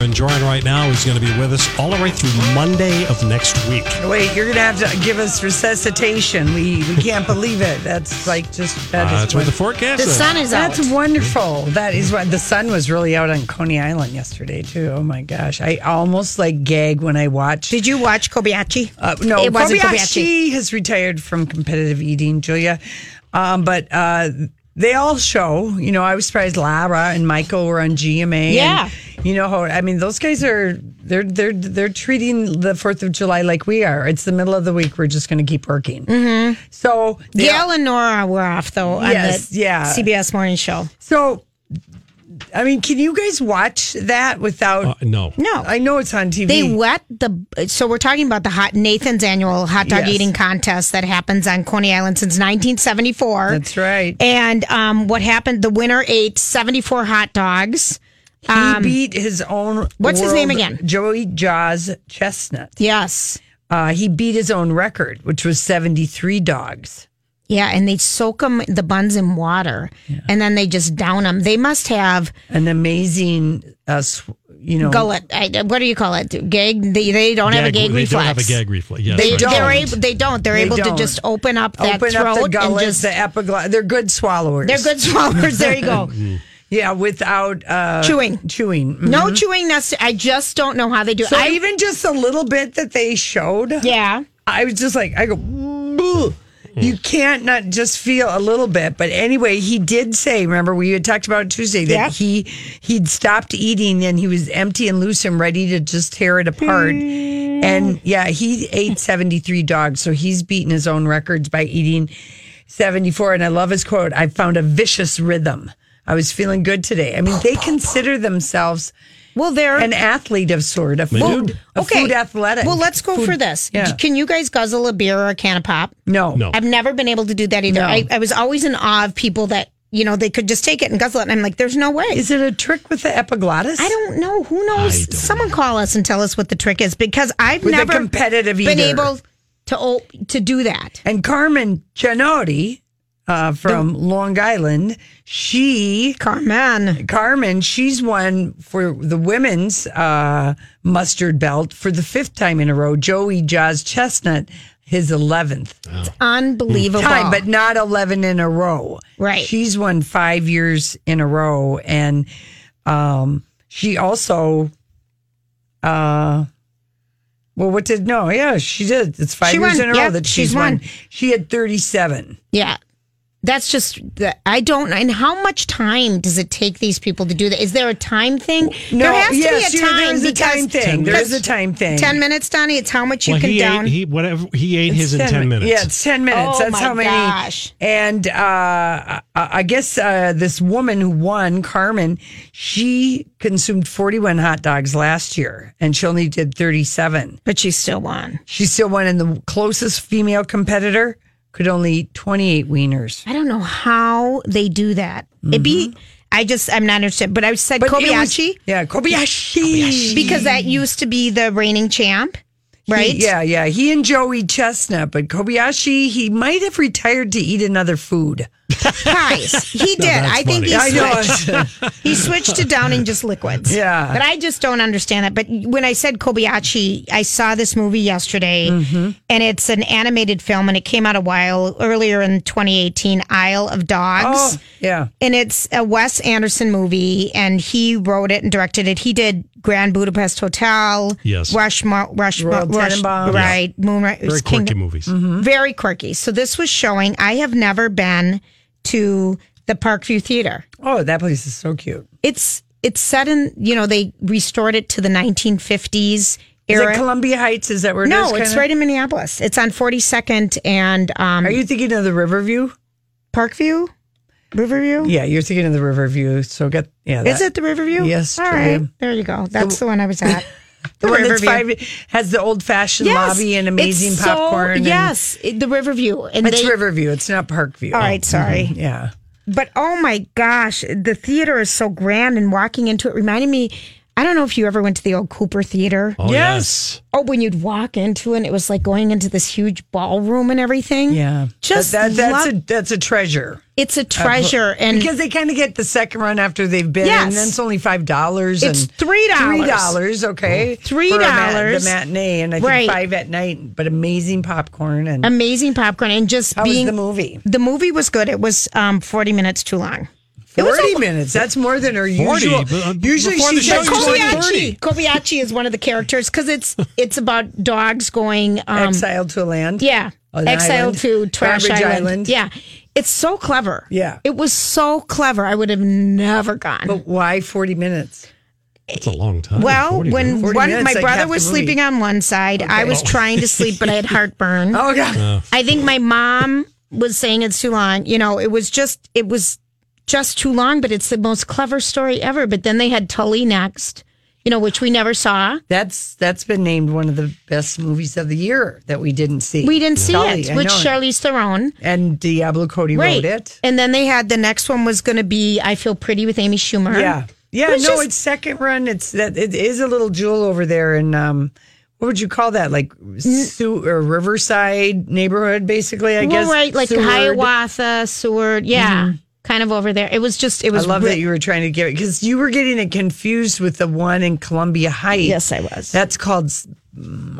enjoying right now is going to be with us all the way through Monday of next week. Uh, Wait, you're gonna have to give us resuscitation. We we can't believe it. That's like just that Uh, is that's what the wonderful. forecast The is. sun is out. That's wonderful. That is what the sun was really out on Coney Island yesterday too. Oh my gosh, I almost like gag when I watch. Did you watch Kobayashi? Uh, no, it wasn't Kobayashi, Kobayashi. has retired from competitive eating, Julia. Um, but uh, they all show. You know, I was surprised Lara and Michael were on GMA. Yeah. And, you know how I mean? Those guys are they're they're they're treating the Fourth of July like we are. It's the middle of the week. We're just going to keep working. Mm-hmm. So they Gail and Nora were off though on Yes, the yeah. CBS morning show. So, I mean, can you guys watch that without? Uh, no. No. I know it's on TV. They wet the so we're talking about the hot Nathan's annual hot dog Yes. eating contest that happens on Coney Island since 1974. That's right. And um, what happened? The winner ate 74 hot dogs. he beat his own. um, what's his name world- again? Joey Jaws Chestnut. Yes. Uh, he beat his own record, which was 73 dogs. Yeah, and they soak them the buns in water, and then they just down them. They must have An amazing, uh, sw- you know, gullet. I, what do you call it? Gag? They, they don't have a Gag- gag they reflex. don't have a gag reflex. Yes, They right. don't. They're able, they don't. They're They able don't. to just open up that open throat up the and gullet, just. the epiglottis. They're good swallowers. they're good swallowers. There you go. Yeah, without uh, Chewing. Chewing. Mhm. No chewing. That's. I just don't know how they do. it. So I even just a little bit that they showed. yeah. I was just like, I go, "Boo." you Hmm. can't not just feel a little bit. But anyway, he did say, remember we had talked about it Tuesday that Yeah. he he'd stopped eating and he was empty and loose and ready to just tear it apart. And yeah, he ate 73 dogs. So he's beaten his own records by eating 74. And I love his quote I found a vicious rhythm. I was feeling good today. I mean, they consider themselves Well, they're an athlete of sort, a food, Well, a food athletic. Well, let's go Food- for this. Yeah. Can you guys guzzle a beer or a can of pop? No. No. I've never been able to do that either. No. I, I was always in awe of people that you know they could just take it and guzzle it. And I'm like, there's no way. Is it a trick with the epiglottis? I don't know. Who knows? don't Someone call us and tell us what the trick is because I've With a never competitive been either. able to o- to do that. And Carmen Gianotti uh, from Long Island, she Carmen, Carmen, she's won for the women's uh, mustard belt for the fifth time in a row. Joey Jaws Chestnut, his eleventh unbelievable. time, but not eleven in a row. Right. She's won five years in a row, and um, she also. Uh, well, what did no? Yeah, she did. It's five She years won. in a row Yep, that she's she's won. won. She had thirty-seven. yeah, that's just that I don't. And how much time does it take these people to do that? Is there a time thing? there has to yes, be a you're- time There is a because time thing. There is a time thing. ten minutes, Donnie. It's how much you Well, can he down. ate he whatever he ate his in It's ten, minutes. Yeah, it's ten minutes. Oh That's my how many. gosh. And uh, I, I guess uh, this woman who won, Carmen, she consumed forty-one hot dogs last year, and she only did thirty-seven. but she's still on. She still won, and the closest female competitor could only eat twenty-eight wieners. I don't know how they do that. It'd be. Mm-hmm. I just. I'm not interested. But I said But it was- Kobayashi. yeah, Kobayashi. because that used to be the reigning champ, right? He- yeah, yeah. He and Joey Chestnut, but Kobayashi, he might have retired to eat another food. pies. He did. I think funny. he I know. switched. he switched to downing just liquids. Yeah. But I just don't understand that. But when I said Kobayashi, I saw this movie yesterday, Mm-hmm. and it's an animated film, and it came out a while earlier in 2018, Isle of Dogs. Oh, yeah. And it's a Wes Anderson movie, and he wrote it and directed it. He did Grand Budapest Hotel, Yes. Rushmore, Rushmore, Royal Rush, Tenenbaums. right, Moonrise, Very King- quirky movies. very quirky. So this was showing. I have never been to the Parkview Theater. Oh, that place is so cute. It's it's set in you know they restored it to the 1950s Is era. it Columbia Heights? Is that where it no, is, it's kinda? right in Minneapolis. It's on 42nd and um, Are you thinking of the Riverview? Parkview, Riverview. Yeah, you're thinking of the Riverview. So get yeah. Is that- it the Riverview? Yes, All right, Julia. there you go. That's the, one I was at. the one that's Riverview. five has the old fashioned lobby and It's amazing so- popcorn? and- yes, it- the Riverview. And it's they, Riverview. It's not Parkview. Oh, mm-hmm, All right, sorry. Yeah. But oh my gosh, the theater is so grand and walking into it reminded me I don't know if you ever went to the old Cooper Theater. Oh, yes. Yes. Oh, when you'd walk into it, it was like going into this huge ballroom and everything. Yeah. Just That- that- that's love- a that's a treasure. it's a treasure and because they kind of get the second run after they've been, and Yes. then it's only five dollars. It's and $3. Three dollars, okay. Three for a mat- dollars. The matinee, and I think Right. five at night. But amazing popcorn and amazing popcorn and just how was being the movie? the movie was good. It was um, 40 minutes too long. was Forty a- minutes. That's more than her 40, usual. but, uh, Usually before the she's show like But you said going 30. Kobayashi, Kobayashi is one of the characters because it's it's about dogs going um, exiled to a land. Yeah. An Exiled island. to Trash Garbage island. Island. Yeah. It's so clever. Yeah. It was so clever. I would have never gone. But why forty minutes? It's a long time. well, 40 when Oh, minutes. one, 40 minutes, my like brother half was the movie. sleeping on one side, I was trying to sleep, but I had heartburn. Oh god. I think my mom was saying it's too long. You know, it was just, it was just too long, but it's the most clever story ever. But then they had Tully next, you know, which we never saw. That's that's been named one of the best movies of the year that we didn't see. We didn't see Tully, I it, which know. Charlize Theron. and Diablo Cody wrote it. And then they had the next one was going to be I Feel Pretty with Amy Schumer. Yeah. Yeah, It's no, just- it's second run. It's that it is a little jewel over there in um what would you call that? Like Su- or Riverside neighborhood basically, I guess. well, right, like Seward. Mm-hmm. Hiawatha, Seward. Yeah. Kind of over there. It was just, it I was. love re- that you were trying to give it because you were getting it confused with the one in Columbia Heights. Yes, I was. That's called,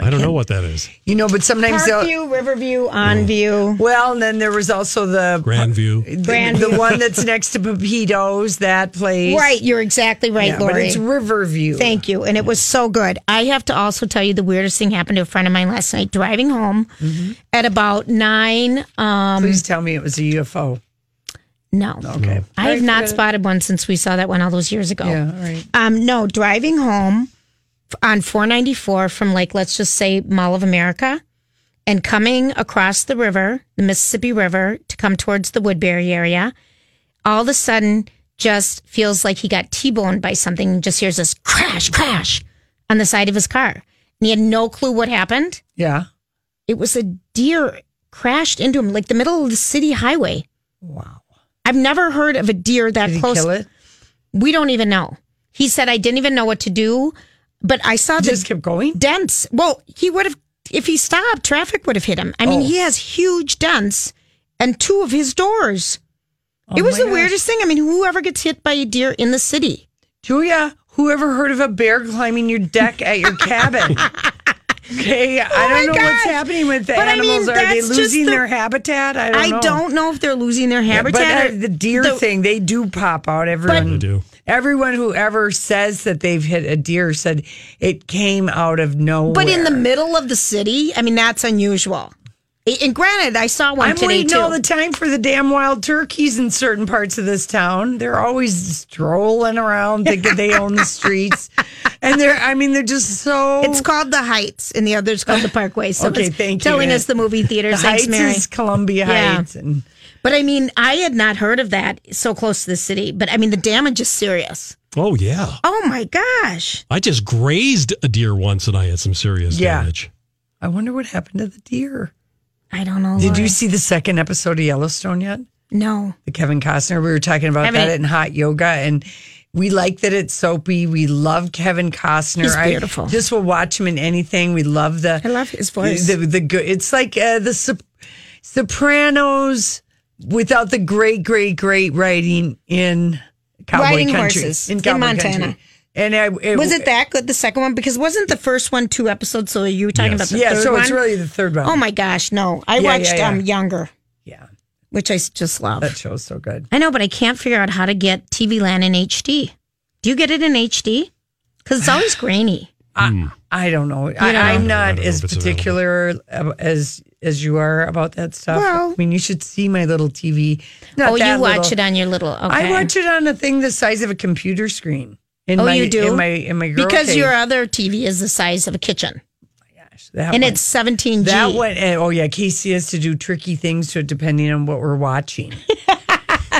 I don't know what that is. you know, but sometimes they'll, Parkview, Riverview, On View. well, and then there was also the Grandview. Grand the, the one that's next to Pepitos, that place. Right. You're exactly right, Yeah, but Lori. it's Riverview. Thank you. And it was so good. I have to also tell you the weirdest thing happened to a friend of mine last night driving home Mm-hmm. at about nine. Um, Please tell me it was a UFO. no. Okay. I have not spotted one since we saw that one all those years ago. Yeah, all right. Um, no, driving home f- on 494 from like, let's just say Mall of America and coming across the river, the Mississippi River, to come towards the Woodbury area, all of a sudden just feels like he got T boned by something and just hears this crash, crash on the side of his car. And he had no clue what happened. Yeah. It was a deer crashed into him, like the middle of the city highway. Wow. I've never heard of a deer that Did he close. kill it? We don't even know. He said, I didn't even know what to do, but I saw the Just kept going. dents. Well, he would have, if he stopped, traffic would have hit him. I mean, Oh. he has huge dents and two of his doors. it was Oh my the gosh. weirdest thing. I mean, whoever gets hit by a deer in the city. Julia, who ever heard of a bear climbing your deck at your cabin? Okay, I Oh my don't know what's gosh. happening with the But I mean, animals. Are they that's just losing the- their habitat? I don't I know. don't, know if they're losing their Yeah, habitat. But or- uh, the deer thing, they do pop out. Everyone They do. Everyone who ever says that they've hit a deer said it came out of nowhere. But in the middle of the city, I mean, that's unusual. A- And granted, I saw one I'm today waiting too. all the time for the damn wild turkeys in certain parts of this town. They're always strolling around thinking they own the streets, and they're—I mean—they're just so. it's called the Heights, and the other is called the Parkway. So Okay, it's thank you. telling us the movie theater. the Thanks, Heights Mary. is Columbia Yeah. Heights, and But I mean, I had not heard of that so close to the city. But I mean, the damage is serious. Oh, yeah. Oh my gosh. I just grazed a deer once and I had some serious Yeah. damage. I wonder what happened to the deer. I don't know. Did Lori. you see the second episode of Yellowstone yet? No. The Kevin Costner. We were talking about Haven't that it- in Hot Yoga, and we like that it's soapy. We love Kevin Costner. He's beautiful. I just will watch him in anything. We love the. I love his voice. The, the, good. It's like uh, the Sop- Sopranos without the great, great, great riding in cowboy Riding country horses in, in cowboy Montana. country. And I, Was it that good, the second one? Because wasn't the first one two episodes? So you were talking Yes. about the Yeah, third so one? it's really the third one. oh my gosh, no. I Yeah, yeah, watched yeah. Um, Younger, Yeah, which I s- just love. that show's so good. I know, but I can't figure out how to get TV land in HD. Do you get it in HD? Because it's always grainy. I don't know. I, know. I'm I don't not know as if it's available. particular ab- as as you are about that stuff. Well- I mean, you should see my little TV. Not oh, you that watch little. it on your little. Okay. I watch it on a thing the size of a computer screen. In Oh, my, you do? in my in my girl because cave. your other TV is the size of a kitchen, That one. and it's 17G. That one, and, oh yeah, Casey has to do tricky things to it depending on what we're watching.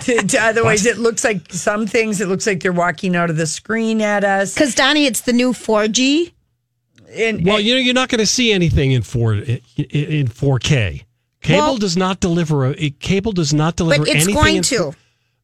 To- to- otherwise, it looks like some things. It looks like they're walking out of the screen at us. Because Donnie, it's the new 4G. And, Well, and- you know, you're not going to see anything in four in, in 4K. Cable Well- does not deliver. A, it- cable does not deliver. But it's anything going in- to.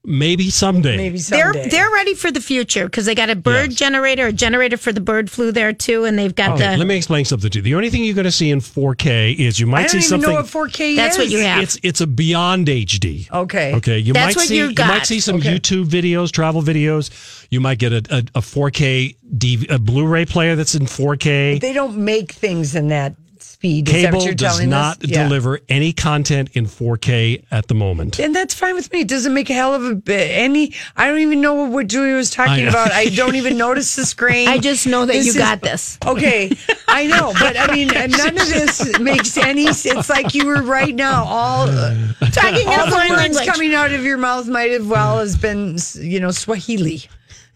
Maybe someday. maybe someday. They're they're ready for the future because they got a bird Yes. generator, a generator for the bird flu there too, and they've got Okay, the. let me explain something to you. The only thing you're going to see in 4K is you I might don't see even something. know what 4K That's is. what you have. it's it's a beyond HD. Okay. Okay, you That's might what see you you, got. might see some YouTube videos, travel videos. You might get a, a, a 4K DV, a Blu-ray player that's in 4K. They don't make things in that speed. is that what Cable you're does telling not us? Yeah. deliver any content in 4K at the moment. And that's fine with me. It doesn't make a hell of a bit. Any, I don't even know what Julia was talking know. about. I don't even notice the screen. I just know that This you is- got this. Okay, I know, but I mean, none of this makes any sense. It's like you were right now. All uh, Talking in all a the foreign words language. coming out of your mouth might have well has been, you know, Swahili.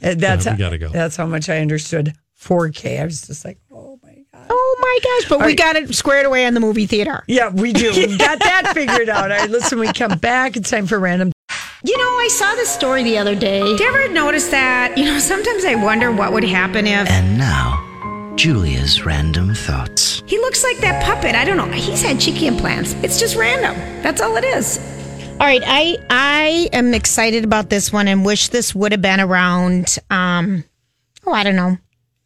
Uh, That's Yeah, we gotta go. That's how much I understood 4K. I was just like, oh my god. Oh my gosh! But we right. got it squared away in the movie theater. Yeah, we do. We've got that figured out. All right, listen, we come back. It's time for random. You know, I saw this story the other day. Did you ever notice that? You know, sometimes I wonder what would happen if And now, Julia's random thoughts. he looks like that puppet. I don't know. He's had cheeky implants. It's just random. That's all it is. All right, I I am excited about this one and wish this would have been around. Um, oh, I don't know,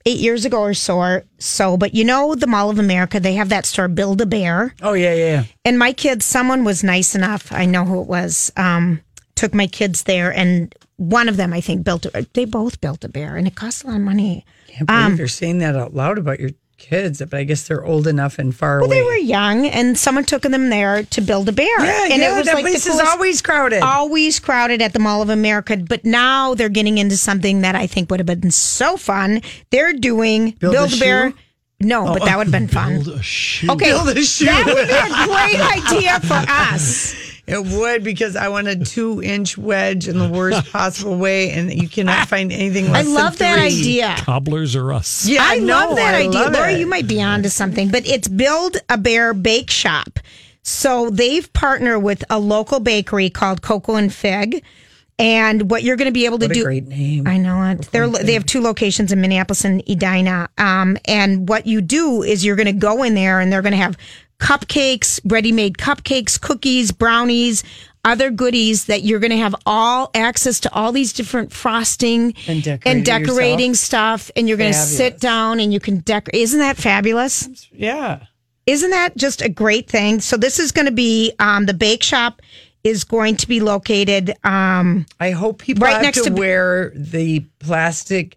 eight years ago or so. Or so, but you know, the Mall of America, they have that store, Build a Bear. Oh yeah, yeah. And my kids, someone was nice enough. I know who it was. Um, took my kids there, and one of them, I think, built. A, they both built a bear, and it cost a lot of money. Can't believe Um, you're saying that out loud about your kids, but I guess they're old enough and far Well, away. they were young, and someone took them there to build a bear. yeah, and yeah, that the place is coolest- always crowded. always crowded at the Mall of America. But now they're getting into something that I think would have been so fun. They're doing Build build, a a bear. shoe? Oh, No, but that would have been fun. Build a shoe. Okay, Build a shoe. that would be a great idea for us. It would because I want a two inch wedge in the worst possible way, and you cannot find anything less I than love that three. idea. Cobblers are us. Yeah, I love know, that I idea. love Laura, it. you might be onto something, but it's Build a Bear Bake Shop. So they've partnered with a local bakery called Cocoa and Fig. And what you're going to be able to What a do. great name. I know it. They're, they have two locations in Minneapolis and Edina. Um, and what you do is you're going to go in there and they're going to have cupcakes, ready made cupcakes, cookies, brownies, other goodies that you're going to have all access to all these different frosting And decorate it yourself. decorating stuff. And you're going to sit Fabulous. down and you can decorate. Isn't that fabulous? yeah. Isn't that just a great thing? So this is going to be, um, the bake shop is going to be located, um, I hope people Right have next to, to- wear the plastic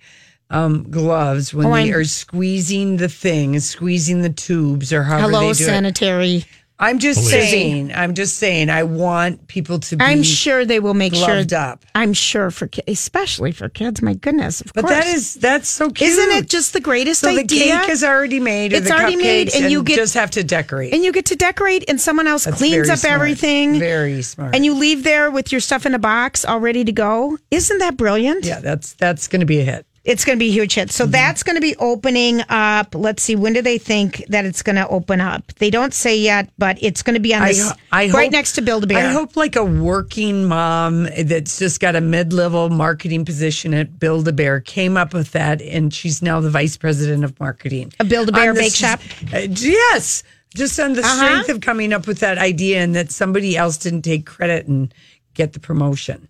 um, gloves when Oh, they I'm- are squeezing the thing, squeezing the tubes, or however Hello they do it. Sanitary. I'm just Believe it. saying. I'm just saying. I want people to be. I'm sure they will make sure. gloved up. I'm sure for ki- especially for kids. My goodness, of But course. that is that's so cute. isn't it just the greatest so idea? the cake is already made? Or It's the already made, cupcakes, and you get- just have to decorate. and you get to decorate, and someone else That's cleans very up smart. everything. Very smart. And you leave there with your stuff in a box all ready to go. Isn't that brilliant? yeah, Mm-hmm. that's that's going to be a hit. It's going to be a huge hit. So that's going to be opening up. Let's see. When do they think that it's going to open up? They don't say yet, but it's going to be on I, this I right hope- next to Build a Bear. I hope like a working mom that's just got a mid-level marketing position at Build a Bear came up with that, and she's now the vice president of marketing. A Build-A-Bear On the bake s- shop? uh, yes, just on the Uh-huh. strength of coming up with that idea, and that somebody else didn't take credit and get the promotion.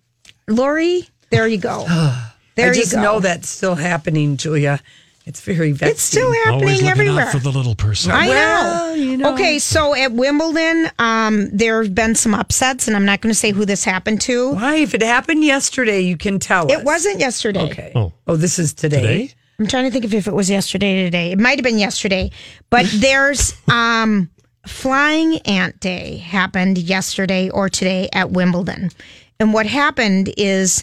Lori, there you go. There I you just go. know that's still happening, Julia. It's very vexing. It's still Always happening looking everywhere. out for the little person. I know. Well, you know. Okay, so at Wimbledon, um, there have been some upsets, and I'm not going to say who this happened to. Why? If it happened yesterday, you can tell us. It wasn't yesterday. Okay. Oh, this is today. Today? I'm trying to think of if it was yesterday or today. It might have been yesterday, but there's um Flying Ant Day happened yesterday or today at Wimbledon. And what happened is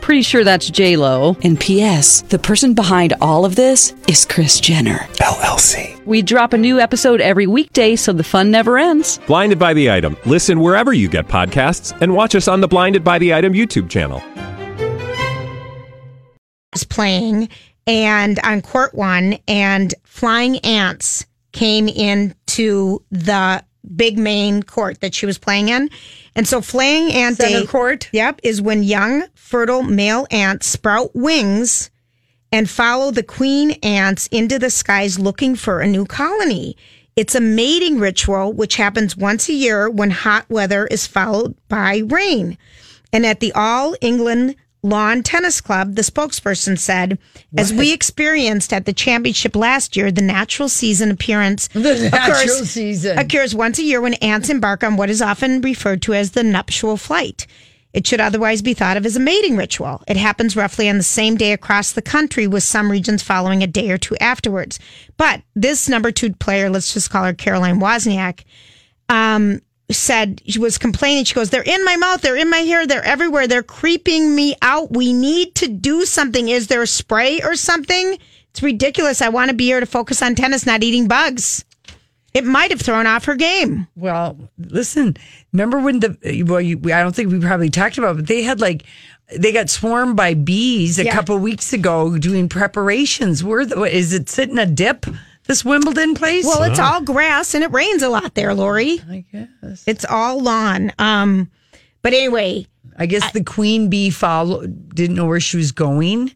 Pretty sure that's J Lo. And P.S. The person behind all of this is Chris Jenner. LLC. We drop a new episode every weekday, so the fun never ends. Blinded by the item. Listen wherever you get podcasts, and watch us on the Blinded by the Item YouTube channel. was playing and on court one and flying ants came into the big main court that she was playing in and so flying ant Center day court? yep is when young fertile male ants sprout wings and follow the queen ants into the skies looking for a new colony it's a mating ritual which happens once a year when hot weather is followed by rain and at the All England Lawn Tennis Club, the spokesperson said, as we experienced at the championship last year, the natural season appearance The natural season. occurs once a year when ants embark on what is often referred to as the nuptial flight. It should otherwise be thought of as a mating ritual. It happens roughly on the same day across the country, with some regions following a day or two afterwards. But this number two player, let's just call her Caroline Wozniak, um, said she was complaining. She goes, "They're in my mouth. They're in my hair. They're everywhere. They're creeping me out. We need to do something. Is there a spray or something? It's ridiculous. I want to be here to focus on tennis, not eating bugs." It might have thrown off her game. Well, listen. Remember when the well, you, I don't think we probably talked about, it, but they had like they got swarmed by bees a Yeah. couple weeks ago doing preparations. Where the, is it sitting a dip? This Wimbledon place? Well, it's all grass and it rains a lot there, Lori. I guess it's all lawn. Um, but anyway, I guess the queen bee followed, didn't know where she was going.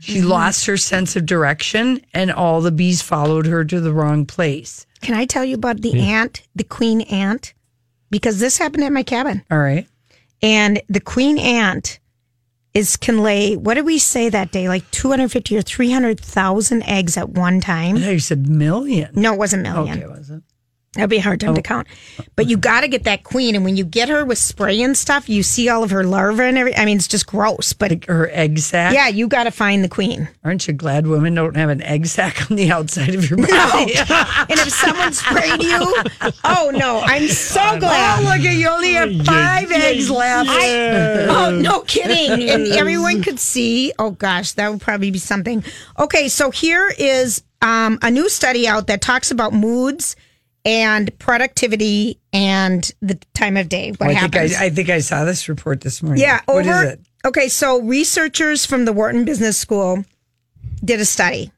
She lost her sense of direction, and all the bees followed her to the wrong place. can I tell you about the ant, the queen ant? Because this happened at my cabin. All right. and the queen ant is can lay what did we say that day like 250 or 300,000 eggs at one I time thought you said million. no it wasn't million Okay, was it? that'd be a hard time to count but you got to get that queen and when you get her with spray and stuff you see all of her larvae and every i mean it's just gross but Like her egg sac. yeah you got to find the queen Aren't you glad women don't have an egg sac on the outside of your body? and if someone sprayed you oh no i'm so glad oh, look, at you only have five eggs left. I, oh, no kidding. And everyone could see. Oh, gosh, that would probably be something. Okay, so here is um, a new study out that talks about moods and productivity and the time of day. What Oh, I think I, happens? I think I saw this report this morning. yeah, over. what is it? Okay, so researchers from the Wharton Business School did a study.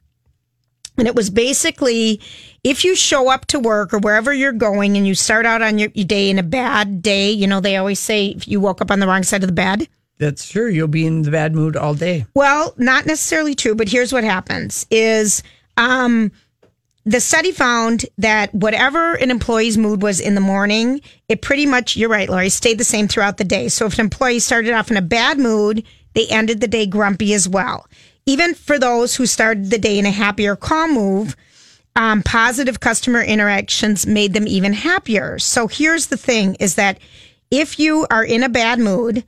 And it was basically if you show up to work or wherever you're going and you start out on your, your day in a bad day, you know, they always say if you woke up on the wrong side of the bed. That's true. You'll be in the bad mood all day. Well, not necessarily true, but here's what happens is um the study found that whatever an employee's mood was in the morning, it pretty much, you're right, Lori, stayed the same throughout the day. So if an employee started off in a bad mood, they ended the day grumpy as well. Even for those who started the day in a happier, calm move, um, positive customer interactions made them even happier. So here's the thing is that if you are in a bad mood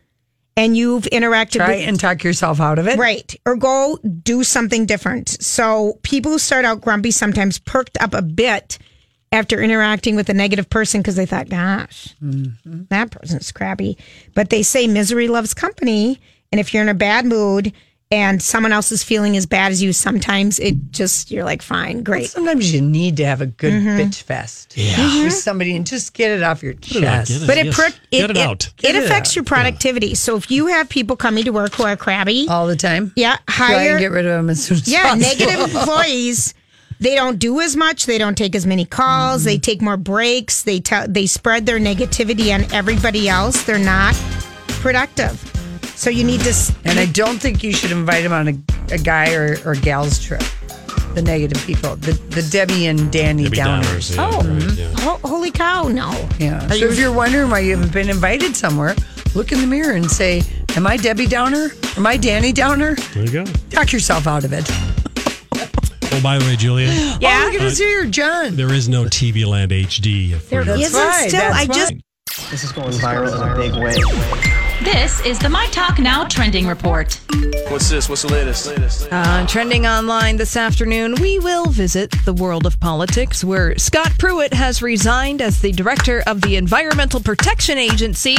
and you've interacted Try with and talk yourself out of it. Right. Or go do something different. So people who start out grumpy sometimes perked up a bit after interacting with a negative person because they thought, gosh, Mm-hmm. that person's crappy. But they say misery loves company. And if you're in a bad mood and someone else is feeling as bad as you, sometimes it just, you're like, fine, great. Sometimes you need to have a good Mm-hmm. bitch fest yeah. with somebody and just get it off your it out, chest. get But it, Yes. perk it, Get it it- out. it Get it affects out. your productivity. So if you have people coming to work who are crabby, Oh, all the time. yeah, Try hire and get rid of them as soon as Yeah, possible. negative employees. They don't do as much. They don't take as many calls. They take more breaks. They tell they spread their negativity on everybody else. They're not productive. So you need to. s- And I don't think you should invite him on a, a guy or, or gal's trip. The negative people, the, the Debbie and Danny Maybe Downers. downers. yeah, right, yeah. Ho- holy cow! No. Yeah. Are so you- if you're wondering why you haven't been invited somewhere, look in the mirror and say, Am I Debbie Downer? Am I Danny Downer? There you go. Talk yourself out of it. Oh, by the way, Julia, Oh, look at us here, John. there is no TV Land HD. For There you. isn't why, still. that's I just This is the My Talk Now trending report. Uh, trending online this afternoon, we will visit the world of politics where Scott Pruitt has resigned as the director of the Environmental Protection Agency.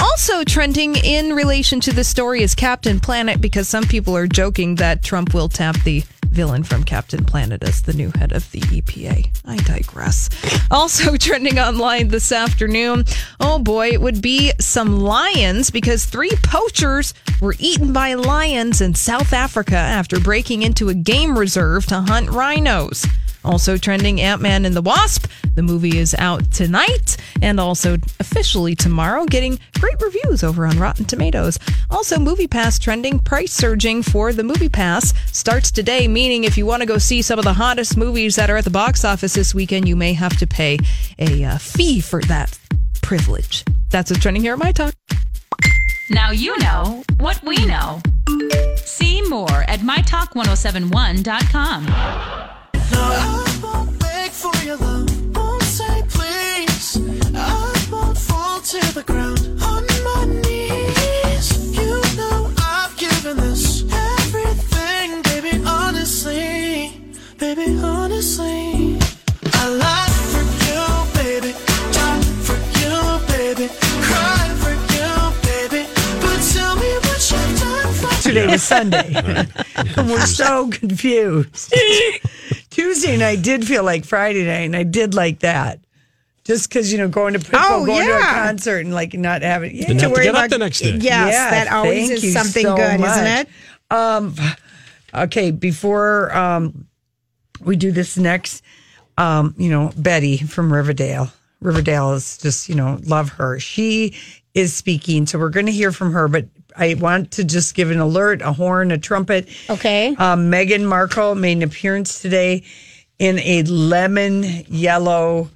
Also trending in relation to this story is Captain Planet because some people are joking that Trump will tap the villain from Captain Planet as the new head of the EPA. I digress. Also trending online this afternoon, oh boy, it would be some lions because three poachers were eaten by lions in South Africa after breaking into a game reserve to hunt rhinos. Also trending Ant Man and the Wasp. The movie is out tonight and also officially tomorrow, getting great reviews over on Rotten Tomatoes. Also, Movie Pass trending, price surging for the Movie Pass starts today, meaning if you want to go see some of the hottest movies that are at the box office this weekend, you may have to pay a uh, fee for that privilege. That's what's trending here at My Talk. Now you know what we know. See more at mytalk1071.com. Today was Sunday. and we're so confused. Tuesday night did feel like Friday night, and I did like that. Just because, you know, going to Pitbull, Oh, going to a yeah. concert and like not having yeah, Didn't to have to worry get about up the next day. Yes, Yeah, that always thank is you something so good, isn't much. it? Um, okay, before um, we do this next, um, you know, Betty from Riverdale. Riverdale is just, you know, love her. She is speaking, so we're going to hear from her, but I want to just give an alert, a horn, a trumpet. Okay. Um, Meghan Markle made an appearance today in a lemon yellow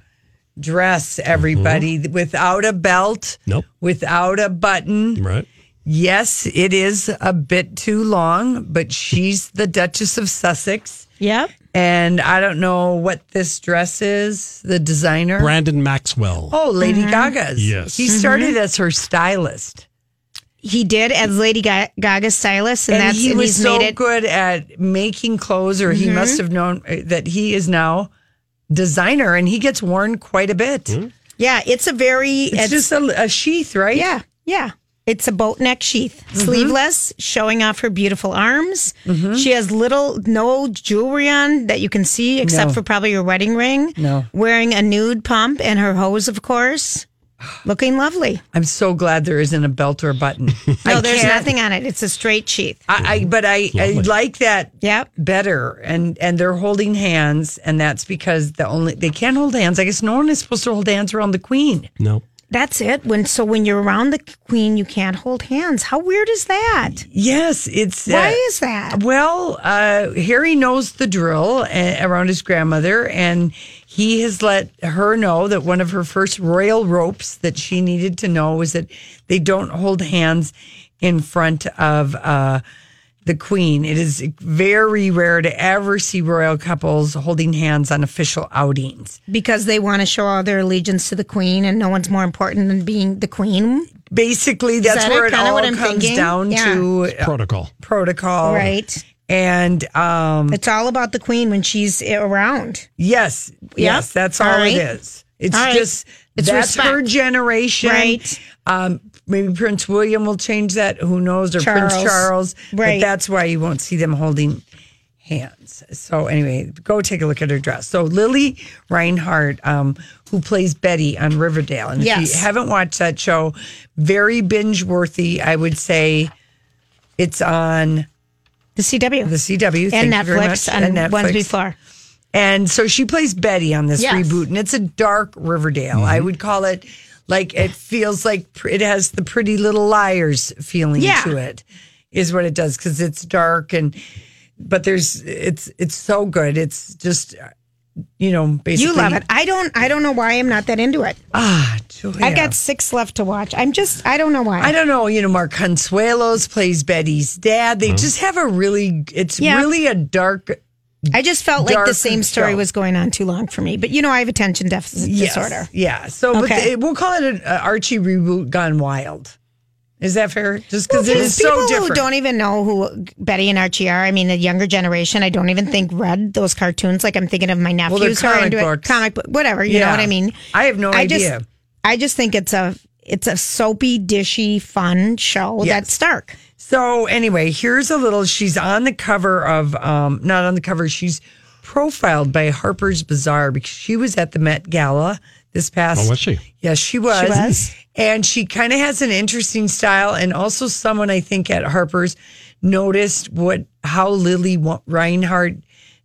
dress, everybody, without a belt, Nope. without a button. Right. Yes, it is a bit too long, but she's the Duchess of Sussex. Yep. And I don't know what this dress is, the designer. Brandon Maxwell. Oh, Lady Mm-hmm. Gaga's. Yes. He started as her stylist. He did as Lady Ga- Gaga stylist, and, And, that's he and was he's so made it. Mm-hmm. good at making clothes, or he must have known uh, that he is now designer and he gets worn quite a bit. Yeah, it's a very. It's, just a, a sheath, right? Yeah, yeah. It's a boat neck sheath, Mm-hmm. sleeveless, showing off her beautiful arms. She has little, no jewelry on that you can see, except No. for probably her wedding ring. No. Wearing a nude pump and her hose, of course. Looking lovely. I'm so glad there isn't a belt or a button. No, I there's can't- nothing on it. It's a straight sheath. I, I but I, I like that Yep. better and and they're holding hands and that's because the only they can't hold hands i guess no one is supposed to hold hands around the queen No. That's it. When so when you're around the queen, you can't hold hands. How weird is that? yes it's uh, Why is that? well uh harry knows the drill uh, around his grandmother and he has let her know that one of her first royal ropes that she needed to know was that they don't hold hands in front of uh the queen it is very rare to ever see royal couples holding hands on official outings Because they want to show all their allegiance to the queen, and no one's more important than being the queen, basically that's that where it? it Kinda all what I'm comes thinking? down Yeah. to Protocol. protocol right? and um It's all about the queen when she's around. yes yes that's all, All it right. is it's All right. just It's that's her respect. generation Right. um maybe prince william will change that who knows or prince Charles. charles Right. but that's why you won't see them holding hands so anyway go take a look at her dress so lily reinhardt um who plays betty on riverdale and if Yes. you haven't watched that show very binge worthy i would say it's on The CW the CW and thank you very Netflix much, and, ones before. And so she plays Betty on this Yes. reboot, and it's a dark Riverdale. I would call it Like it feels like pr- it has the pretty little liars feeling Yeah. to it, is what it does because it's dark and, but there's it's it's so good. It's just, you know, basically You love it. I don't. I don't know why I'm not that into it. Ah, I've got six left to watch. I'm just. I don't know why. I don't know. You know, Mark Consuelos plays Betty's dad. They just have a really, it's Yeah. really a dark. I just felt like the dark same story show. was going on too long for me. But you know, I have attention deficit Yes. disorder. Yeah. So but Okay. the- we'll call it an uh, Archie reboot gone wild. Is that fair? Just Well, because it these is so people different. who don't e- even know who Betty and Archie are. I mean, the younger generation. I don't even think read those cartoons. Like I'm thinking of my nephews they're who are comic into books. it. Comic book, whatever. You Yeah. know what I mean? I have no I idea. Just, I just think it's a it's a soapy, dishy, fun show that's dark. so anyway, here's a little. She's on the cover of, um, not on the cover. She's profiled by Harper's Bazaar because she was at the Met Gala this past. Oh, was she? Yes, she was. She was. And she kind of has an interesting style. And also, someone I think at Harper's noticed what how Lily Wa- Reinhardt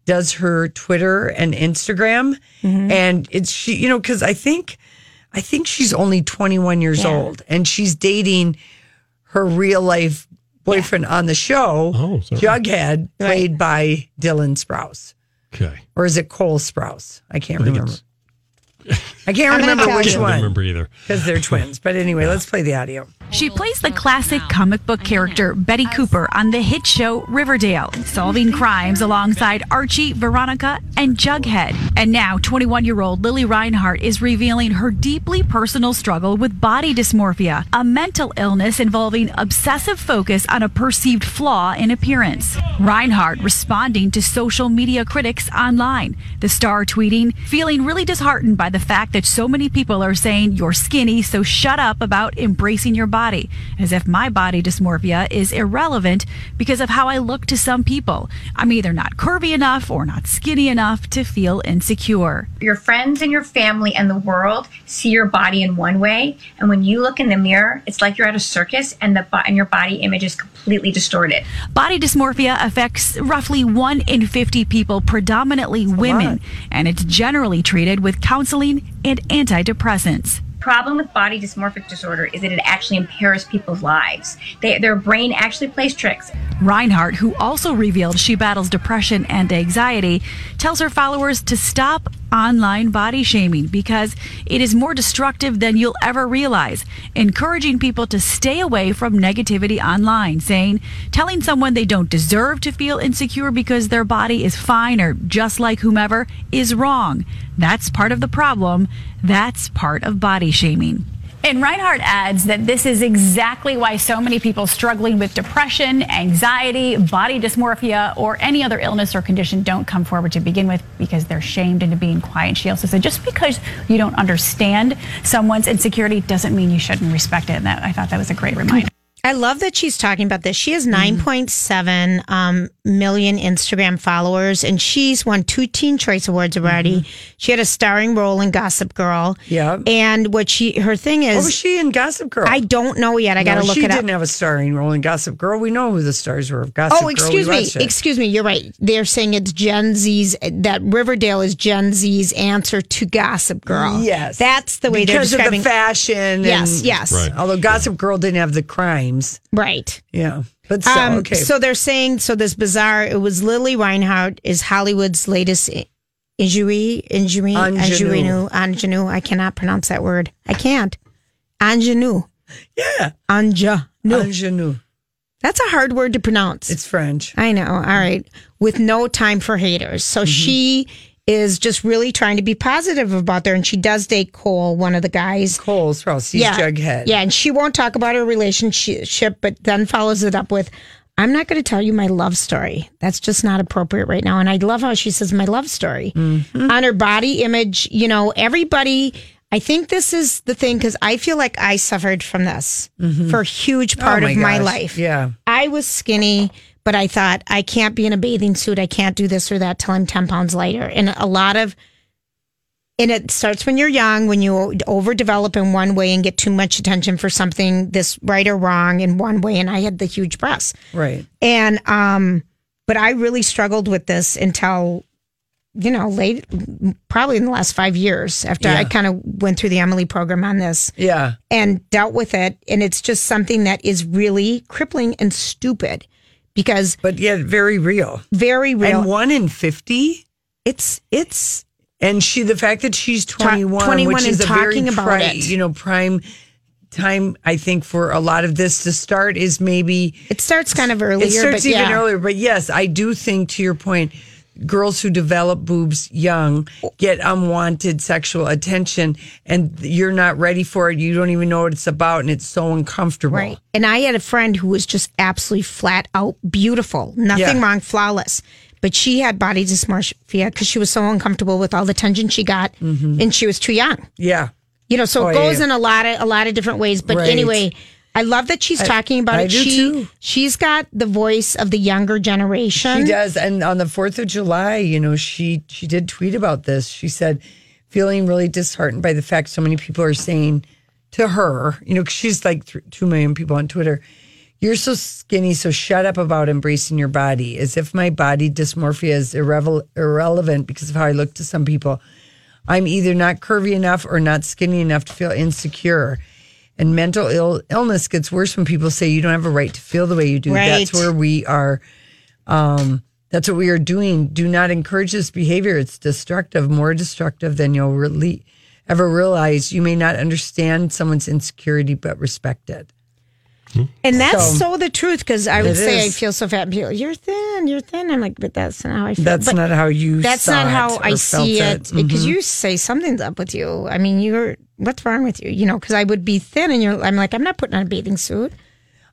does her Twitter and Instagram. Mm-hmm. And it's she, you know, because I think, I think she's only 21 years Yeah. old and she's dating her real life boyfriend on the show, Oh, sorry. Jughead, played by Dylan Sprouse. Okay. Or is it Cole Sprouse? I can't remember. it's- I can't I'm gonna remember tell which you. I don't one remember either. because they're twins. But anyway, let's play the audio. She plays the classic comic book character Betty Cooper on the hit show Riverdale, solving crimes alongside Archie, Veronica, and Jughead. And now, 21 year old Lily Reinhart is revealing her deeply personal struggle with body dysmorphia, a mental illness involving obsessive focus on a perceived flaw in appearance. Reinhart responding to social media critics online, the star tweeting, feeling really disheartened by the fact that so many people are saying you're skinny, so shut up about embracing your body, as if my body dysmorphia is irrelevant because of how I look to some people. I'm either not curvy enough or not skinny enough to feel insecure. your friends and your family and the world see your body in one way, and when you look in the mirror, it's like you're at a circus, and the bo- and your body image is completely distorted. Body dysmorphia affects roughly 1 in 50 people, predominantly women, and it's generally treated with counseling and antidepressants. problem with body dysmorphic disorder is that it actually impairs people's lives. They, their brain actually plays tricks. Reinhardt, who also revealed she battles depression and anxiety, tells her followers to stop online body shaming because it is more destructive than you'll ever realize, encouraging people to stay away from negativity online, saying telling someone they don't deserve to feel insecure because their body is fine or just like whomever is wrong. That's part of the problem. That's part of body shaming. And Reinhardt adds that this is exactly why so many people struggling with depression, anxiety, body dysmorphia, or any other illness or condition don't come forward to begin with because they're shamed into being quiet. She also said just because you don't understand someone's insecurity doesn't mean you shouldn't respect it. And that, I thought that was a great reminder. I love that she's talking about this. She Mm-hmm. has 9.7 um, million Instagram followers, and she's won two Teen Choice Awards already. Mm-hmm. She had a starring role in Gossip Girl. Yeah. And what she her thing What is, was she in Gossip Girl? I don't know yet. I got to No, look she it up. didn't have a starring role in Gossip Girl. We know who the stars were of Gossip Oh, Girl. We excuse me. watched it. Excuse me. You're right. They're saying it's Gen Z's, that Riverdale is Gen Z's answer to Gossip Girl. Yes. That's the way because they're of the describing fashion. Yes, and- yes. Right. Although Gossip Girl didn't have the crimes. Right. Yeah, but so Um, okay. So they're saying so this bizarre. It was Lily Reinhardt is Hollywood's latest i- injury injury Ingenue. ingenue ingenue. I cannot pronounce that word. I can't. Ingenue. yeah, Anja. No, ingenue. that's a hard word to pronounce. It's French. I know. All right. With no time for haters. Mm-hmm. So she is just really trying to be positive about there, and she does date Cole, one of the guys. Cole Sprouse. He's Jughead. Yeah, and she won't talk about her relationship, but then follows it up with, I'm not going to tell you my love story. That's just not appropriate right now. And I love how she says my love story Mm-hmm. on her body image. You know, everybody, I think this is the thing because I feel like I suffered from this for a huge part Mm-hmm. Oh of my gosh. life. Yeah. I was skinny, but I thought I can't be in a bathing suit. I can't do this or that till I'm 10 pounds lighter. And a lot of, and it starts when you're young, when you overdevelop in one way and get too much attention for something this right or wrong in one way. And I had the huge breasts. Right. And, um, but I really struggled with this until you know, late, probably in the last five years after Yeah. I kind of went through the Emily program on this Yeah. and dealt with it. And it's just something that is really crippling and stupid because, but yet very real, very real. And one in 50? It's, it's, and she, the fact that she's 21, 21 which is and a very talking about pri- it. you know, prime time, I think, for a lot of this to start is maybe. It starts kind of earlier. It starts but even yeah. earlier. But yes, I do think to your point, girls who develop boobs young get unwanted sexual attention and you're not ready for it. You don't even know what it's about and it's so uncomfortable. Right. And I had a friend who was just absolutely flat out beautiful, nothing Yeah. wrong, flawless. But she had body dysmorphia because she was so uncomfortable with all the attention she got, and she was too young. Yeah. You know, so Mm-hmm. Oh, it yeah, goes yeah. in a lot of a lot of different ways. But Right. anyway, I love that she's I- talking about I it. do she too. she's got the voice of the younger generation. She does. And on the 4th of July, you know, she she did tweet about this. She said feeling really disheartened by the fact so many people are saying to her, you know, 'cause she's like th- 2 million people on Twitter. You're so skinny, so shut up about embracing your body. As if my body dysmorphia is irrevel- irrelevant because of how I look to some people. I'm either not curvy enough or not skinny enough to feel insecure. And mental Ill- illness gets worse when people say you don't have a right to feel the way you do. That's Right. where we are. Um, that's what we are doing. Do not encourage this behavior. It's destructive, more destructive than you'll really ever realize. You may not understand someone's insecurity, but respect it. And that's so, So- the truth because I would It say I is. feel so fat. and People, you're thin, you're thin. I'm like, but that's not how I feel. That's But not how you. That's saw not it how or I felt see it because Mhm. you say something's up with you. I mean, you're what's wrong with you? You know, because I would be thin and you're. I'm like, I'm not putting on a bathing suit.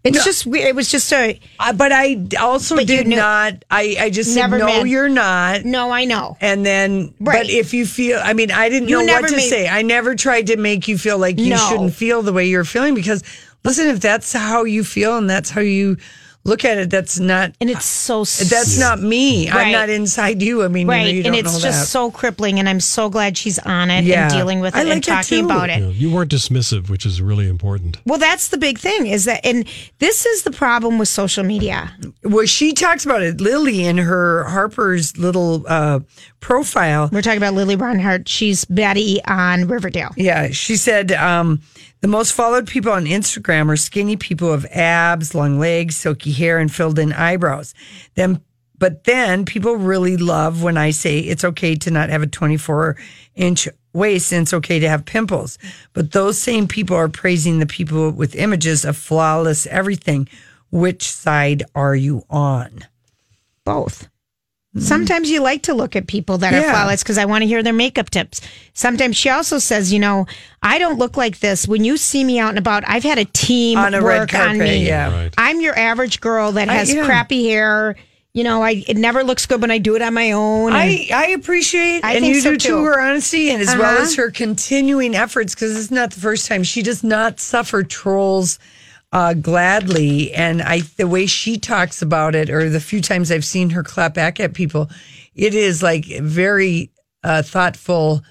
It's No. just weird. It was just a. I- Uh, but I also But you did knew- not. I I just said Never no. meant- You're not. No, I know. And then, Right. but if you feel, I mean, I didn't You know never what to made- say. I never tried to make you feel like you No. shouldn't feel the way you're feeling because, listen, if that's how you feel and that's how you look at it, that's not, And it's so. that's not me. Right. I'm not inside you. I mean, you know, Right, you and don't it's know just that. so crippling, and I'm so glad she's on it Yeah. and dealing with it I and like that talking too. about it. You, know, you weren't dismissive, which is really important. Well, that's the big thing is that, and this is the problem with social media. Well, she talks about it, Lily, in her Harper's little uh, profile. We're talking about Lily Reinhardt. She's Betty on Riverdale. Yeah, she said um, the most followed people on Instagram are skinny people with abs, long legs, silky hair, and filled-in eyebrows. Then, but then people really love when I say it's okay to not have a 24-inch waist and it's okay to have pimples. But those same people are praising the people with images of flawless everything. Which side are you on? Both. Sometimes you like to look at people that are Yeah. flawless because I want to hear their makeup tips. Sometimes she also says, you know, I don't look like this. When you see me out and about, I've had a team On a red work on carpet, me. yeah. Right. I'm your average girl that I has am. crappy hair. You know, I it never looks good when I do it on my own. And- I, I appreciate I and think you so, do too. too her honesty and as well Uh-huh. as her continuing efforts because it's not the first time she does not suffer trolls uh, gladly and I the way she talks about it or the few times I've seen her clap back at people it is like very uh, thoughtful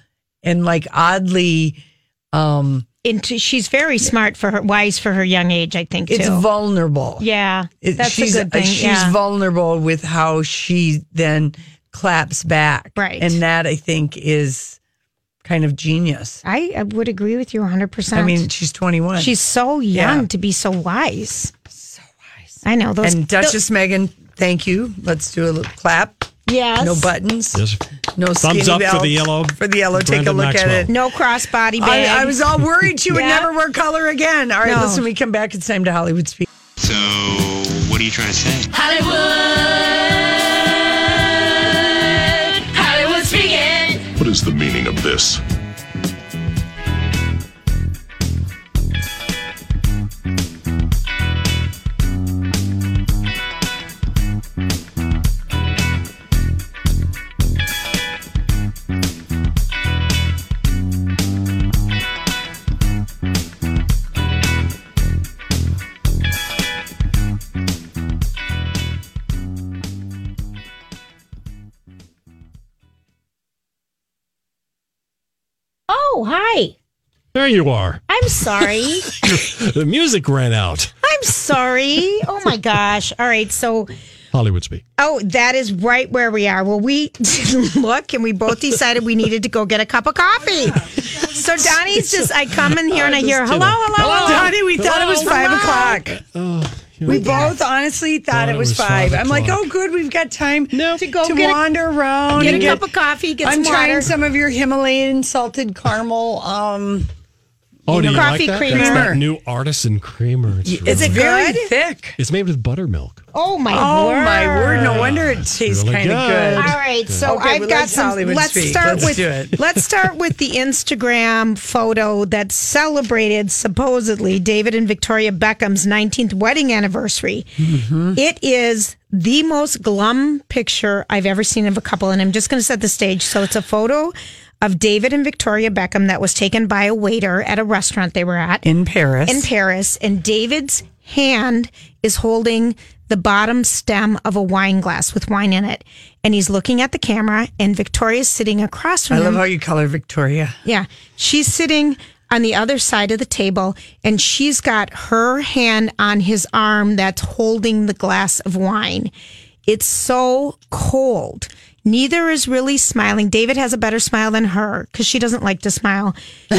and like oddly um into she's very smart for her wise for her young age i think too. it's vulnerable yeah It- that's she's, a good uh, thing She's yeah. vulnerable with how she then claps back. Right. And that I think is kind of genius. I, I would agree with you 100% I mean, she's 21. she's so young Yeah. to be so wise so wise i know those and Duchess Megan, thank you. Let's do a little clap. yes No buttons. Yes. No Thumbs skinny up for belt. the yellow. For the yellow. Take a Brandon look Maxwell. at it. no crossbody I, bag I was all worried she would Yeah. never wear color again. All right, No. listen, we come back. It's time to Hollywood Speak. So, what are you trying to say? Hollywood, Hollywood speaking. What is the meaning of this? oh hi There you are. i'm sorry the music ran out. i'm sorry oh my gosh all right so Hollywood speak. Oh, that is right where we are. Well, we didn't look and we both decided we needed to go get a cup of coffee. So Donnie's just, I come in here and I hear, hello, hello, hello. Donnie, Oh, we thought it was Oh, Hello. five o'clock. we both honestly thought it was, 5 five I'm like, o'clock. oh, good, we've got time to go to get a- wander around. get and a cup of coffee, get I'm some trying water. some of your Himalayan salted caramel. Um, Oh, do you like coffee that? creamer. That's that new artisan creamer. It's, Is it really- very thick? It's made with buttermilk. Oh my oh word. my word! No wonder it tastes really kind of good. good. All right, so Okay, I've well, got let's some. Hollywood let's speak. start Let's with do it. let's start with the Instagram photo that celebrated supposedly David and Victoria Beckham's 19th wedding anniversary. Mm-hmm. It is the most glum picture I've ever seen of a couple, and I'm just going to set the stage. So it's a photo of David and Victoria Beckham that was taken by a waiter at a restaurant they were at in Paris. in Paris, and David's hand is holding the bottom stem of a wine glass with wine in it, and he's looking at the camera. And Victoria's sitting across from I love him. how you color Victoria. yeah, she's sitting on the other side of the table, and she's got her hand on his arm that's holding the glass of wine. It's so cold. Neither is really smiling. David has a better smile than her because she doesn't like to smile,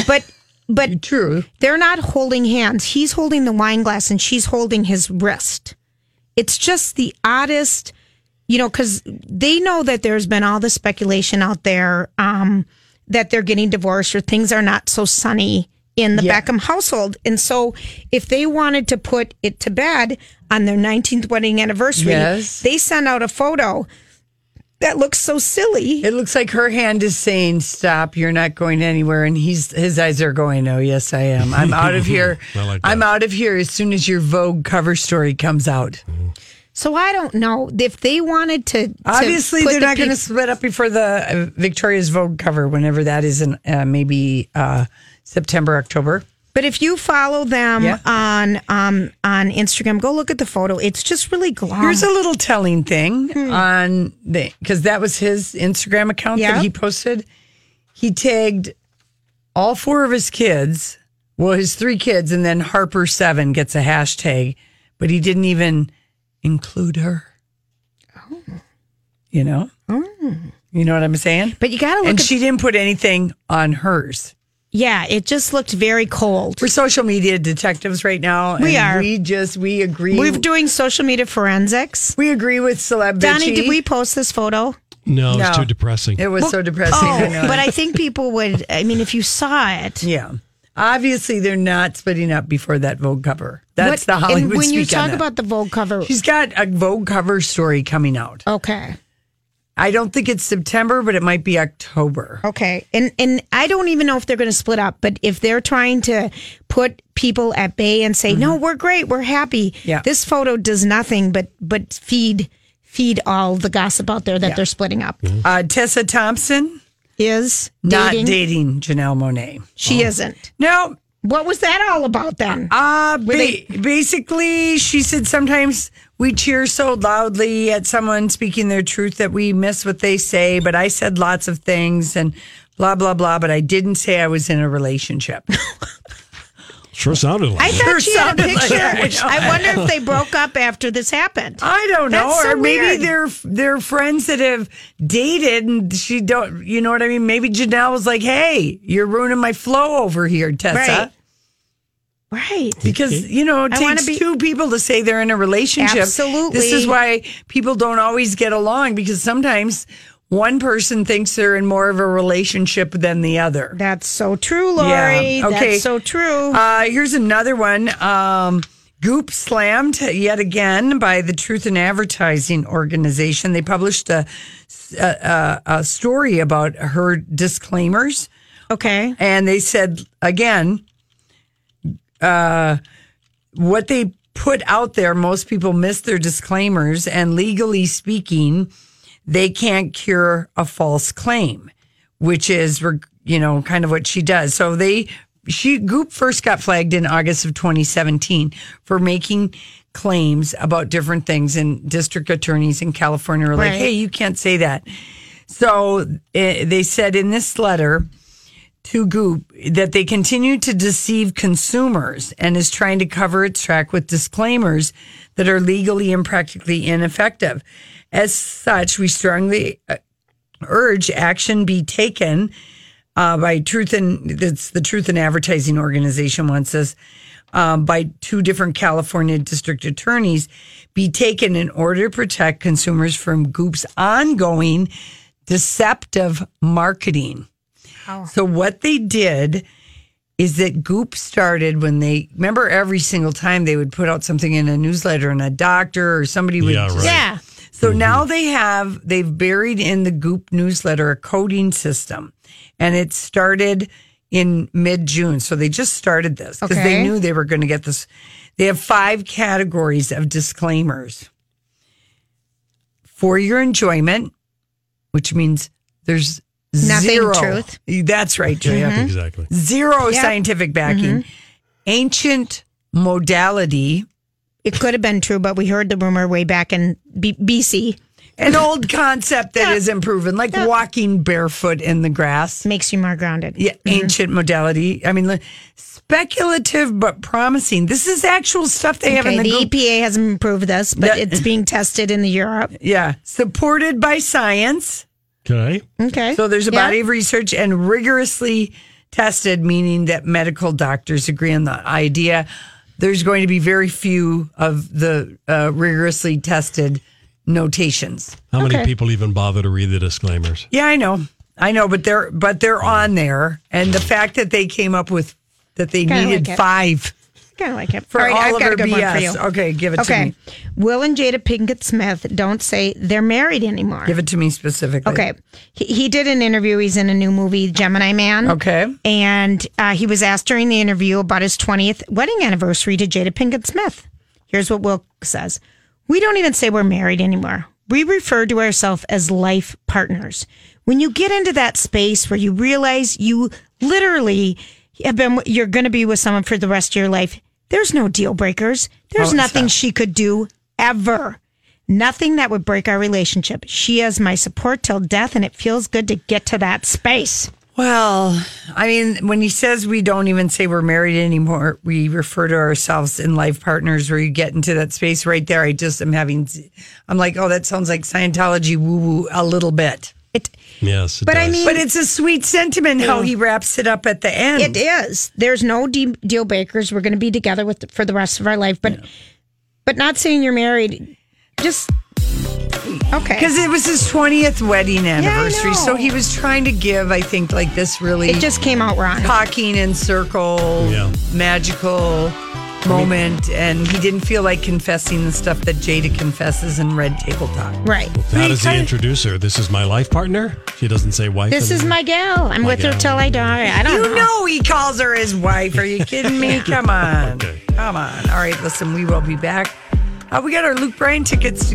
but. But true, they're not holding hands. He's holding the wine glass and she's holding his wrist. It's just the oddest, you know, because they know that there's been all the speculation out there um, that they're getting divorced or things are not so sunny in the Beckham household. And so if they wanted to put it to bed on their 19th wedding anniversary, Yes. they send out a photo that looks so silly. It looks like her hand is saying, "Stop! You're not going anywhere." And he's his eyes are going, "Oh yes, I am. I'm out of here. I like that. I'm out of here as soon as your Vogue cover story comes out." So I don't know if they wanted to. to Obviously, put they're the not going to pic- split up before the uh, Victoria's Vogue cover, whenever that is, in uh, maybe uh, September, October. But if you follow them Yeah. on um, on Instagram, go look at the photo. It's just really glum. Here's a little telling thing Hmm. on the because that was his Instagram account Yeah. that he posted. He tagged all four of his kids, well, his three kids, and then Harper Seven gets a hashtag, but he didn't even include her. Oh. You know, you know what I'm saying? Hmm. but you got to look. And at, she didn't put anything on hers. yeah, it just looked very cold. We're social media detectives right now. We and are. We just we agree. We're doing social media forensics. we agree with celebrity. Donnie, did we post this photo? No, it's No. too depressing. It was so depressing. I know. Oh, but I think people would. I mean, if you saw it, yeah. Obviously, they're not splitting up before that Vogue cover. That's what- the Hollywood. And when you speak on talk that. about the Vogue cover, she's got a Vogue cover story coming out. okay, I don't think it's September, but it might be October. okay, and and I don't even know if they're going to split up. But if they're trying to put people at bay and say, "No, we're great, we're happy," Mm-hmm. Yeah. this photo does nothing but but feed feed all the gossip out there that they're splitting up. Uh, Tessa Thompson is not dating. dating, Janelle Monet. She isn't. No, What was that all about then? Uh, ba- basically, she said sometimes we cheer so loudly at someone speaking their truth that we miss what they say. But I said lots of things and blah, blah, blah. But I didn't say I was in a relationship. Sure sounded like I it. thought she had a sounded like picture. that. Uh, I wonder if they broke up after this happened. I don't know. That's so or maybe weird. they're they're friends that have dated and she don't you know what I mean? Maybe Janelle was like, Hey, you're ruining my flow over here, Tessa. Right. Right. because you know it I wanna takes be- two people to say they're in a relationship. Absolutely. this is why people don't always get along because sometimes one person thinks they're in more of a relationship than the other. That's so true, Lori. Yeah. Okay. That's so true. Uh, here's another one. Um, Goop slammed yet again by the Truth in Advertising organization. They published a, a, a, a story about her disclaimers. okay. And they said again, uh, what they put out there, most people miss their disclaimers, and legally speaking, they can't cure a false claim, which is reg- you know kind of what she does. So they she Goop first got flagged in August of 2017 for making claims about different things, and district attorneys in California were like, Right. "Hey, you can't say that." So eh, they said in this letter to Goop that they continue to deceive consumers and is trying to cover its track with disclaimers that are legally and practically ineffective. As such, we strongly uh, urge action be taken uh, by Truth and that's the Truth in Advertising Organization wants this um, by two different California district attorneys be taken in order to protect consumers from Goop's ongoing deceptive marketing. So what they did is that Goop started when they remember every single time they would put out something in a newsletter and a doctor or somebody would Yeah, right. Yeah. So Mm-hmm. now they have they've buried in the Goop newsletter a coding system and it started in mid June. So they just started this because Okay. they knew they were going to get this. They have five categories of disclaimers for your enjoyment, which means there's Nothing zero truth. That's right, Julia. Mhm. Exactly. Zero Yep. Mm-hmm. scientific backing. Ancient modality. It could have been true, but we heard the rumor way back in B- BC. An old concept that not proven, like walking barefoot in the grass. Makes you more grounded. Yeah, ancient modality. I mean, li- speculative but promising. This is actual stuff they have in the, Okay, E group. EPA hasn't improved this, but Yeah. it's being tested in Europe. Yeah, supported by science. Okay. Okay. So there's a Yeah. body of research and rigorously tested, meaning that medical doctors agree on the idea. There's going to be very few of the uh, rigorously tested notations. How many people even bother to read the disclaimers? Yeah, I know, I know, but they're but they're on there, and the fact that they came up with that they Kinda needed like it. five. Kind of like it. For All right, all I've of got our a good one for BS. you. Okay, give it to okay. me. Will and Jada Pinkett Smith don't say they're married anymore. Give it to me specifically. Okay. He, he did an interview. He's in a new movie, Gemini Man. Okay. And uh, he was asked during the interview about his 20th wedding anniversary to Jada Pinkett Smith. Here's what Will says We don't even say we're married anymore. We refer to ourselves as life partners. When you get into that space where you realize you literally have been, you're going to be with someone for the rest of your life, there's no deal breakers. There's Oh, nothing she could do ever. Nothing that would break our relationship. She is my support till death, and it feels good to get to that space. Well, I mean, when he says we don't even say we're married anymore, we refer to ourselves in life partners where you get into that space right there. I just am having, I'm like, oh, that sounds like Scientology woo woo a little bit. Yes. it But I does. mean- But it's a sweet sentiment how Yeah. he wraps it up at the end. It is. There's no de- deal breakers. We're going to be together with for the rest of our life, but but not saying you're married. Just okay. Because it was his 20th wedding anniversary. know. so he was trying to give, I think, like this really It just came out wrong. talking in circle, magical moment. and he didn't feel like confessing the stuff that Jada confesses in Red Table Talk. Right. How does he introduce her? This is my life partner? She doesn't say wife. This is anymore? my gal. I'm My with her gal. till I die. I don't You know. know he calls her his wife. Are you kidding me? Come on. Come on. All right, listen, we will be back. Uh, we got our Luke Bryan tickets to